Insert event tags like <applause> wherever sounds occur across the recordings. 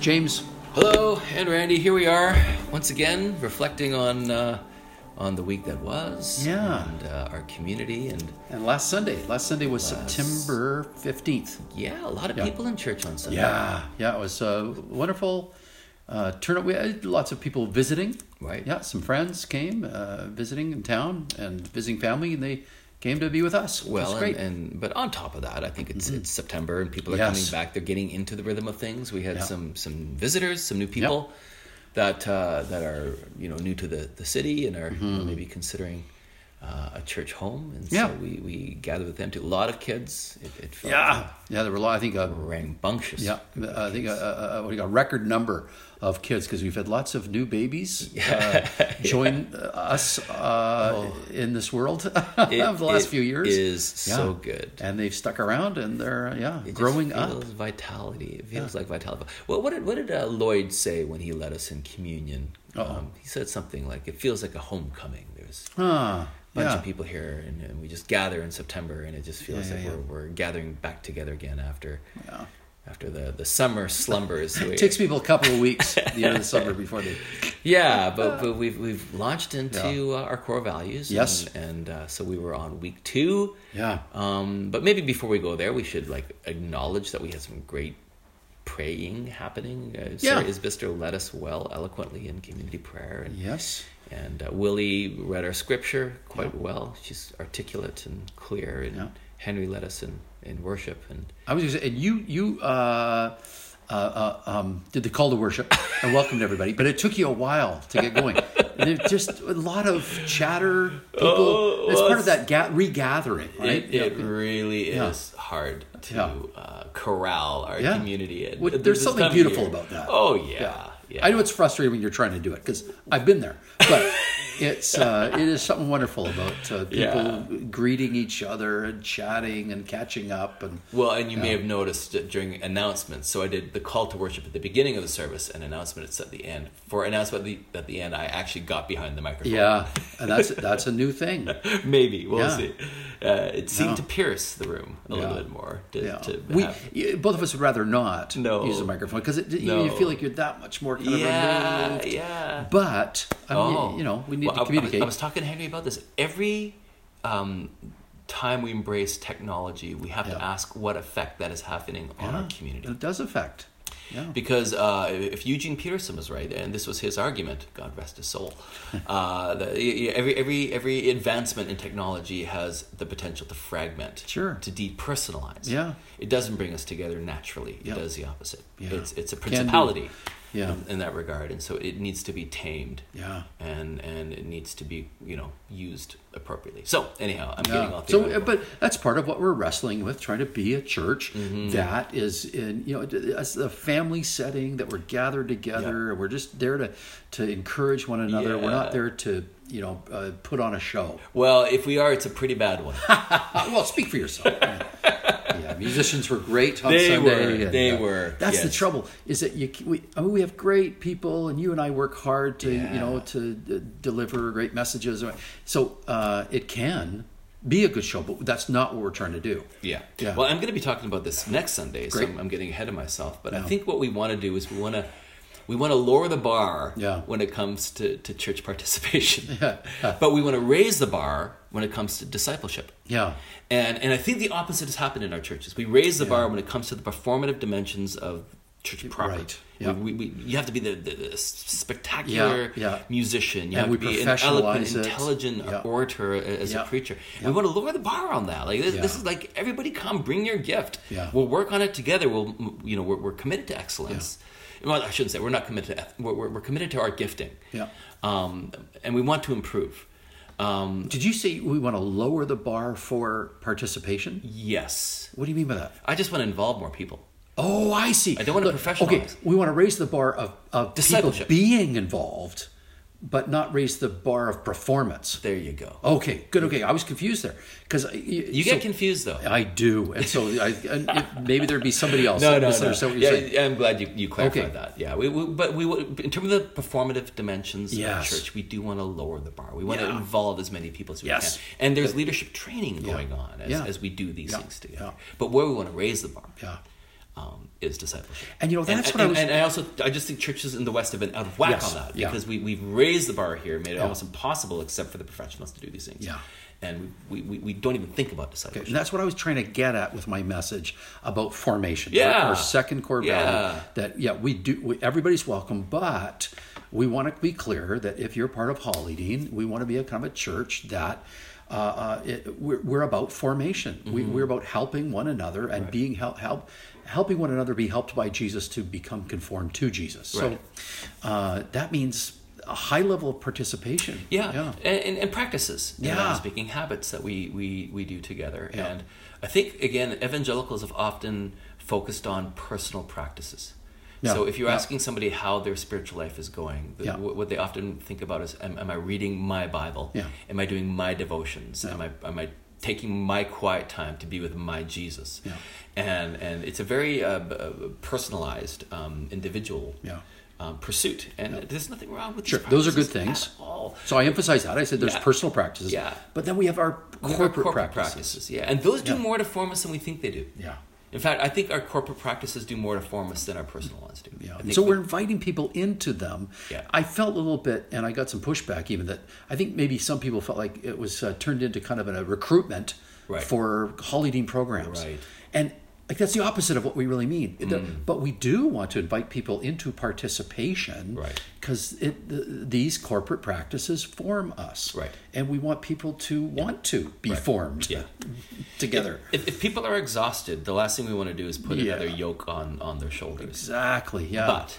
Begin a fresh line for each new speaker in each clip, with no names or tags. James.
Hello, and Randy. Here we are once again, reflecting on uh, on the week that was,
Yeah.
and uh, our community, and
And last Sunday, last Sunday was September 15th.
yeah, a lot of people in church on Sunday.
Yeah, yeah, it was a wonderful uh, turnout. We had lots of people visiting.
Right.
Yeah, some friends came uh, visiting in town and visiting family, and they came to be with us. Which
Well,
was
and,
great. Mm-hmm.
and but on top of that, I think it's it's September and people are
Yes.
coming back. They're getting into the rhythm of things. We had
Yeah.
some some visitors, some new people that uh, that are you know new to the, the city and are you know, maybe considering uh, a church home. And
Mm-hmm. Yeah.
so we we gathered with them. To a lot of kids, it, it felt
yeah, yeah, there were a lot. I think uh,
rambunctious.
Yeah, I think uh, a, a, a, a record number of kids because we've had lots of new babies
<laughs>
uh, join uh, us uh, in this world <laughs> over
Oh. It-
the last
it
few years.
is
Yeah.
so good.
and they've stuck around and they're uh, yeah
It just
growing
feels
up.
vitality. It feels like vitality. Well, what did what did uh, Lloyd say when he led us in communion? Um, he said something like, "It feels like a homecoming." There's
Huh,
a bunch
yeah.
of people here, and, and we just gather in September, and it just feels
Yeah, yeah,
like
yeah.
We're, we're gathering back together again after
Yeah.
after the the
<laughs>
summer slumbers. We-
It takes people a couple of weeks at the end of the
<laughs>
summer before they.
yeah, but but we've we've launched into uh, our core values.
Yes.
and, and uh, so we were on week two.
Yeah.
Um, but maybe before we go there, we should like acknowledge that we had some great praying happening. Uh, Sarah
Yeah.
Isbister led us well, eloquently in community prayer, and
Yes.
and uh, Willie read our scripture quite well. She's articulate and clear, and
Yeah.
Henry led us in in worship, and
I was gonna say, and you you uh, uh, uh, um, did the call to
<laughs>
worship and welcomed everybody, but it took you a while to get going. And it just a lot of chatter. People,
Oh,
it's part of
it's-
that ga- regathering, right?
it,
Yeah.
it really is hard to
Yeah.
uh, corral our
Yeah.
community. At,
Well,
at
there's
this
something
time of
beautiful
year.
about that.
Oh yeah, yeah.
I know it's frustrating when you're trying to do it because I've been there, but
<laughs>
it's uh, it is something wonderful about uh, people
Yeah.
greeting each other and chatting and catching up and
Well, and you may have noticed that during announcements. So I did the call to worship at the beginning of the service, and announcement is at the end. For announcement at the, at the end, I actually got behind the microphone.
yeah, and that's that's a new
<laughs>
thing.
Maybe we'll
Yeah.
see. Uh, it seemed
Yeah.
to pierce the room a little
Yeah.
bit more. To,
Yeah.
to
we
have-
y both of us would rather not
No.
use the microphone because you, you
No.
feel like you're that much more kind of
yeah,
removed.
yeah.
But I mean,
Oh,
you know, we need
Well,
to
I- I was- I,
communicate.
was talking to Henry about this. Every um, time we embrace technology, we have to
Yeah.
ask what effect that is happening on our
Yeah.
community.
It does affect. Yeah.
Because uh, if Eugene Peterson was right, and this was his argument, God rest his
<laughs>
soul, uh, the, y- y- every every every advancement in technology has the potential to fragment,
Sure.
to depersonalize.
Yeah.
it doesn't bring us together naturally. It
Yeah.
does the opposite.
Yeah.
It's it's a
Can do.
principality,
Yeah.
in, in that regard, and so it needs to be tamed.
Yeah.
and and it needs to be you know used appropriately. So anyhow, I'm getting
Yeah.
off.
So, uh, but that's part of what we're wrestling with, trying to be a church
Mm-hmm.
that is in, you know, d- as a family setting that we're gathered together. and We're just there to, to encourage one another. We're
Yeah.
not there to, you know, uh, put on a show.
well, if we are, it's a pretty bad one.
Uh, well, speak for
<laughs>
yourself. yeah, musicians were great on
They
Sunday.
were,
and, uh,
they were,
That's the
yes.
trouble is that you c- we, I mean, we have great people, and you and I work hard to you know
Yeah.
to uh, deliver great messages. So uh, it can be a good show, but that's not what we're trying to do.
Yeah.
Yeah.
Well, I'm going to be talking about this next Sunday, so
Great.
I'm, I'm getting ahead of myself. But I
Yeah.
think what we want to do is we want to we want to lower the bar
Yeah.
when it comes to, to church <laughs> participation. but we want to raise the bar when it comes to discipleship.
Yeah,
And and I think the opposite has happened in our churches. We raise the bar when it comes to the performative dimensions of church proper.
Right. Yeah.
We, we, we, you have to be the, the, the spectacular
Yeah, yeah.
musician. You
And
have
we
to be an eloquent,
professionalize it.
intelligent
Yeah.
orator as
Yeah.
a preacher. We want to lower the bar on that. Like this, this
Yeah.
is like everybody come, bring your gift.
Yeah.
We'll work on it together. We'll you know we're, we're committed to excellence. Well, I shouldn't say we're not committed. To, we're, we're we're committed to our gifting.
Yeah.
Um, and we want to improve. Um,
did you say we want to lower the bar for participation?
yes.
What do you mean by that?
I just want to involve more people.
Oh, I see. I
don't wanna
Okay,
professionalize.
we want to raise the bar of, of people
Discipleship.
being involved, but not raise the bar of performance.
There you go.
Okay, good. Okay, I was confused there because
You get confused though.
I do, and so I, and it, maybe there'd be somebody
<laughs>
else. that misunderstood what
yeah,
you're saying.
yeah, I'm glad you, you clarified
Okay.
that. Yeah, we, we, but we would- in terms of the performative dimensions
Yes.
of church, we do want to lower the bar. We want to
Yeah.
involve as many people as we
Yes.
can. And there's leadership training going on as,
Yeah.
as we do these
Yeah.
things together.
Yeah.
But where we want to raise the bar
Yeah.
um, is discipleship.
And, you know, that's
and,
what I
and-
was-
And I also I just think churches in the West have been out of whack
Yes,
on that
yeah.
because we we've raised the bar here, made it almost impossible except for the professionals to do these things.
Yeah.
And we, we, we don't even think about discipleship.
And that's what I was trying to get at with my message about formation. our-
Yeah.
Our, second core value.
Yeah.
That, yeah, we do, we, everybody's welcome, but we want to be clear that if you're part of Hall Eating, we want to be a kind of a church that. Uh, uh, it, we're, we're about formation.
Mm-hmm.
We, we're about helping one another and being help, help, helping one another be helped by Jesus to become conformed to Jesus.
Right.
So uh, that means a high level of participation.
yeah, And, and, and practices you know,
Yeah.
speaking habits that we we, we do together
Yeah.
and i think again evangelicals have often focused on personal practices
Yeah.
so if you're
Yeah.
asking somebody how their spiritual life is going the,
Yeah.
wh- what they often think about is am, am i reading my bible
Yeah.
am i doing my devotions am i am i taking my quiet time to be with my jesus
Yeah.
and and it's a very uh, b- uh, personalized um, individual
Yeah.
um, pursuit and there's nothing wrong with
Sure,
these
those are good
practices at
things.
all.
So I emphasize that. I said there's
Yeah.
personal practices.
Yeah.
But then we have our corporate,
Our corporate
practices.
practices. Yeah, and those do
Yeah.
more to form us than we think they do.
Yeah.
In fact, I think our corporate practices do more to form us than our personal ones do.
Yeah.
I
And
think
so
we-
we're inviting people into them.
Yeah.
I felt a little bit, and I got some pushback even that I think maybe some people felt like it was uh, turned into kind of a recruitment
Right.
for Holiday programs.
Right. Mm.
And like that's the opposite of what we really mean. The- But we do want to invite people into participation
Right.
because it th- these corporate practices form us.
Right.
And we want people to want to be formed
yeah.
together.
If, if people are exhausted, the last thing we want to do is put
Yeah.
another yoke on on their shoulders.
Exactly. Yeah.
But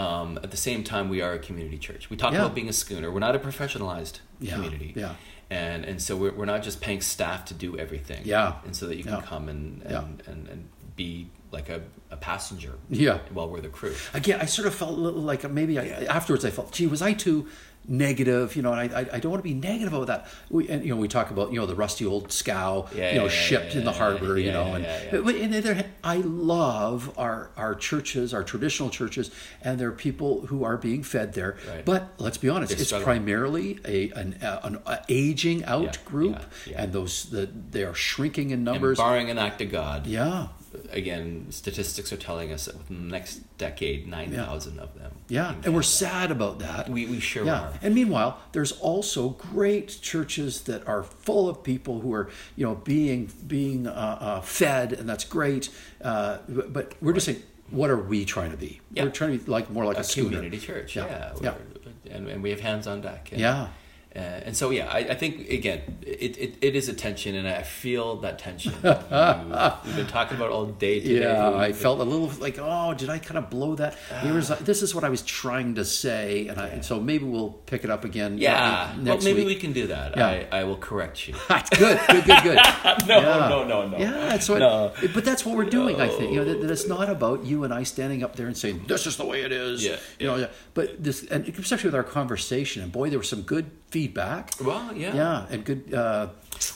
um, at the same time, we are a community church. We talk
Yeah.
about being a schooner. We're not a professionalized
Yeah,
community.
yeah.
And and so we're, we're not just paying staff to do everything.
Yeah,
And so that you can
yeah.
come and and, and and be like a, a passenger.
Yeah.
While we're the crew.
again, I sort of felt a little like maybe I, afterwards I felt, gee, was I too negative? You know, and I, I, I don't want to be negative about that. We, and, you know, we talk about, you know, the rusty old scow,
Yeah,
you know,
yeah,
ship
yeah,
in the
yeah,
harbor,
yeah,
you know.
yeah,
and,
yeah, yeah.
But, but on the other hand, I love our, our churches, our traditional churches, and there are people who are being fed there.
Right.
But let's be honest, it's
struggling.
primarily a, an, uh, an uh, aging out
Yeah,
group,
yeah, yeah.
and those the, they are shrinking in numbers.
And barring an act of God,
yeah.
again, statistics are telling us that within the next decade, 9,000 of them.
Yeah, and we're sad about that.
We, we sure
Yeah.
are.
And meanwhile, there's also great churches that are full of people who are, you know, being being uh, uh, fed, and that's great. Uh, but but we're just saying, what are we trying to be?
Yeah.
We're trying to be like more like a,
A
schooner.
community church,
Yeah,
yeah.
yeah.
we're- And, and we have hands on deck. And,
Yeah.
Uh, and so, yeah, I, I think, again, it, it, it is a tension, and I feel that tension. that
<laughs>
you, we've been talking about all day today.
Yeah, I felt a little like, oh, did I kind of blow that? Here was- this is what I was trying to say, and, I, and so maybe we'll pick it up again.
Yeah,
maybe
well,
next
maybe
week.
we can do that.
Yeah.
I, I will correct you.
<laughs> good, good, good, good.
<laughs> no,
Yeah.
no, no, no.
Yeah, that's what.
No.
But that's what we're doing. I think you know that, that it's not about you and I standing up there and saying this is the way it is.
Yeah,
you know. Yeah. But this, and especially with our conversation, and boy, there was some good feedback.
Well,
Yeah, and good. Uh,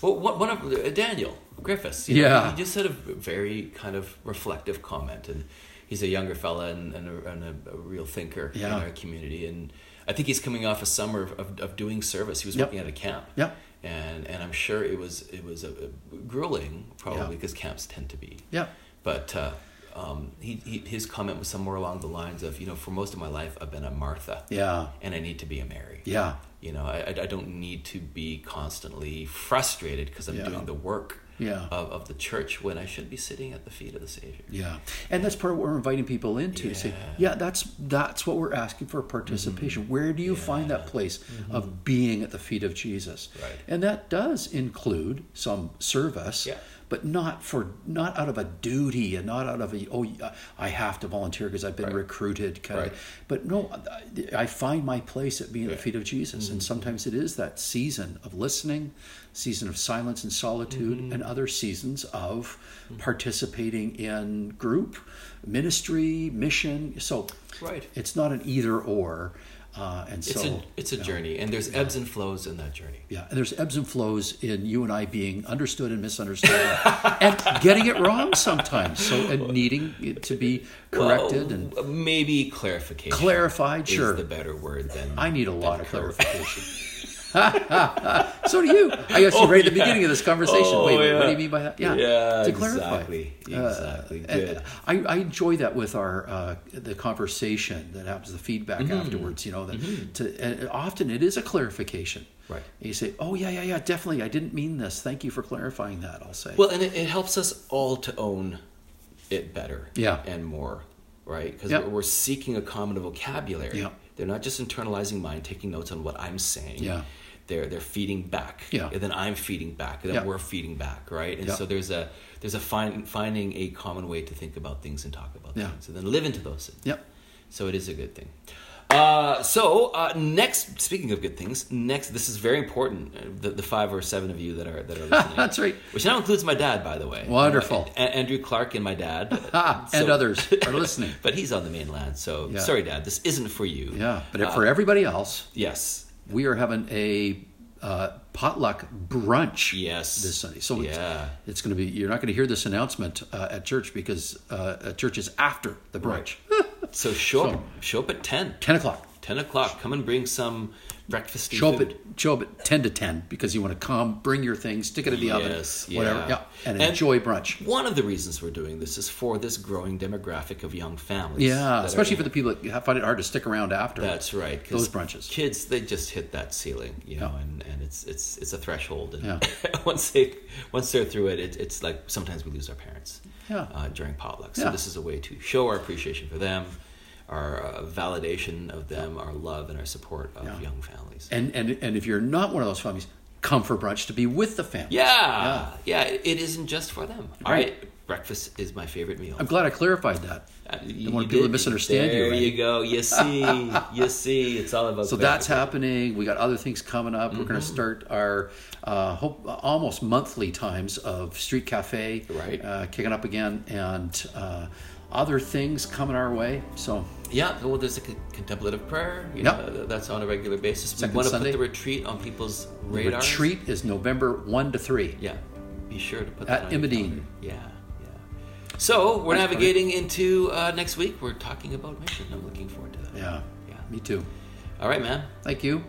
Well, one, one of uh, Daniel Griffiths. you
Yeah.
he just said a very kind of reflective comment, and he's a younger fella and, and, a, and a, a real thinker in
Yeah.
our community. And I think he's coming off a summer of, of, of doing service. He was
Yep.
working at a camp.
Yep.
And and I'm sure it was it was a, a grueling probably
Yeah.
because camps tend to be.
yeah,
But uh, um, he, he his comment was somewhere along the lines of you know for most of my life I've been a Martha.
yeah,
And I need to be a Mary.
yeah,
You know, I, I- I don't need to be constantly frustrated because I'm
Yeah.
doing the work
Yeah.
of, of the church when I should be sitting at the feet of the Savior.
yeah. And that's part of what we're inviting people into. Say,
Yeah. Mm-hmm.
yeah, that's that's what we're asking for participation. Where do you find that place of being at the feet of Jesus?
Right.
And that does include some service.
Yeah.
but not for not out of a duty and not out of a oh I have to volunteer because I've been recruited kind
Right.
of. But no, I, I find my place at being at the feet of Jesus, and
Mm-hmm.
sometimes it is that season of listening, season of silence and solitude,
Mm-hmm.
and other seasons of participating in group ministry, mission. So
Right.
it's not an either or, uh, and
It's
so
a it's a journey, and there's ebbs and flows in that journey.
yeah, and there's ebbs and flows in you and I being understood and misunderstood, <laughs> and getting it wrong sometimes. So and needing it to be corrected and
Well, Oh, maybe clarification
clarified.
is
Sure,
the better word than
I need a lot of
correct.
clarification. <laughs> so do you. I guess you
Oh,
right at the
yeah.
beginning of this conversation.
Oh,
Wait, what
yeah.
do you mean by that? Yeah,
Yeah,
to clarify.
exactly,
Uh,
exactly.
and-
Good.
I, I enjoy that with our uh, the conversation that happens, the feedback
Mm-hmm.
afterwards. You know, that to, and often it is a clarification.
Right.
You say, "Oh yeah, yeah, yeah, definitely. I didn't mean this. Thank you for clarifying that." I'll say.
Well, and it, it helps us all to own it better,
Yeah.
and more, right? Because
Yeah.
we're, we're seeking a common vocabulary.
Yeah.
They're not just internalizing mine, taking notes on what I'm saying.
Yeah.
They're they're feeding back.
Yeah.
And then I'm feeding back. And then
Yeah.
we're feeding back, right? And
Yeah.
so there's a there's a find, finding a common way to think about things and talk about
Yeah.
things, and then live into those things.
Yep.
So it is a good thing. Uh, so uh, next, speaking of good things, next this is very important. uh, The, the five or seven of you that are
<laughs>
that are listening,
That's right.
Which now includes my dad, by the way. Uh,
Wonderful.
A- Andrew Clark and my
<laughs>
dad,
Ah, and
So-
others are listening.
But he's on the mainland, so
Yeah.
sorry, Dad. This isn't for you.
Yeah, but
<laughs> Uh,
for everybody else,
yes,
we are having a uh, potluck brunch.
Yes.
this Sunday. So it's-
Yeah.
it's, going to be. You're not going to hear this announcement uh, at church because uh, at church is after the brunch,
so show up, show up at ten.
<laughs> ten o'clock.
10 o'clock. Come and bring some breakfast.
Show up,
food.
at, show up at 10 to 10 because you want to come, bring your things, stick it in the
Yes,
oven, whatever.
yeah.
Yeah. And,
And-
enjoy brunch.
One of the reasons we're doing this is for this growing demographic of young families.
Yeah.
that are
Especially
in-
for the people that find it hard to stick around after.
That's right. 'cause
Those brunches.
Kids, they just hit that ceiling, you know,
Yeah.
and, and it's it's it's a threshold. And
Yeah.
<laughs> once they once they're through it, it, it's like sometimes we lose our parents.
Yeah.
Uh, during potluck. So
Yeah.
this is a way to show our appreciation for them, our uh, validation of them, our love and our support of
Yeah.
young families.
And, and, and if you're not one of those families, come for brunch to be with the family.
yeah. Yeah. it- it isn't just for them. All
Right.
right. Breakfast is my favorite meal.
I'm glad I clarified that.
Uh,
Don't want people to
did.
misunderstand you,
there
right?
you go. You
<laughs>
see, you see, it's all about.
So that's happening. We got other things coming up. We're going to start our uh, hope, almost monthly times of Street Cafe,
Right.
Uh, kicking up again, and uh, other things coming our way. So
yeah. Well, there's a con- contemplative prayer. You
Yep.
know, th- that's on a regular basis.
Second
we want to
Sunday.
put the retreat on people's
the
radar.
retreat is November one to three.
Yeah. Be sure to put
At
that on your
Imadine.
calendar. Yeah. Yeah. So we're
That's
navigating into uh, next week. We're talking about mission. I'm looking forward to that.
Yeah.
Yeah.
Me too.
All right, man.
Thank you.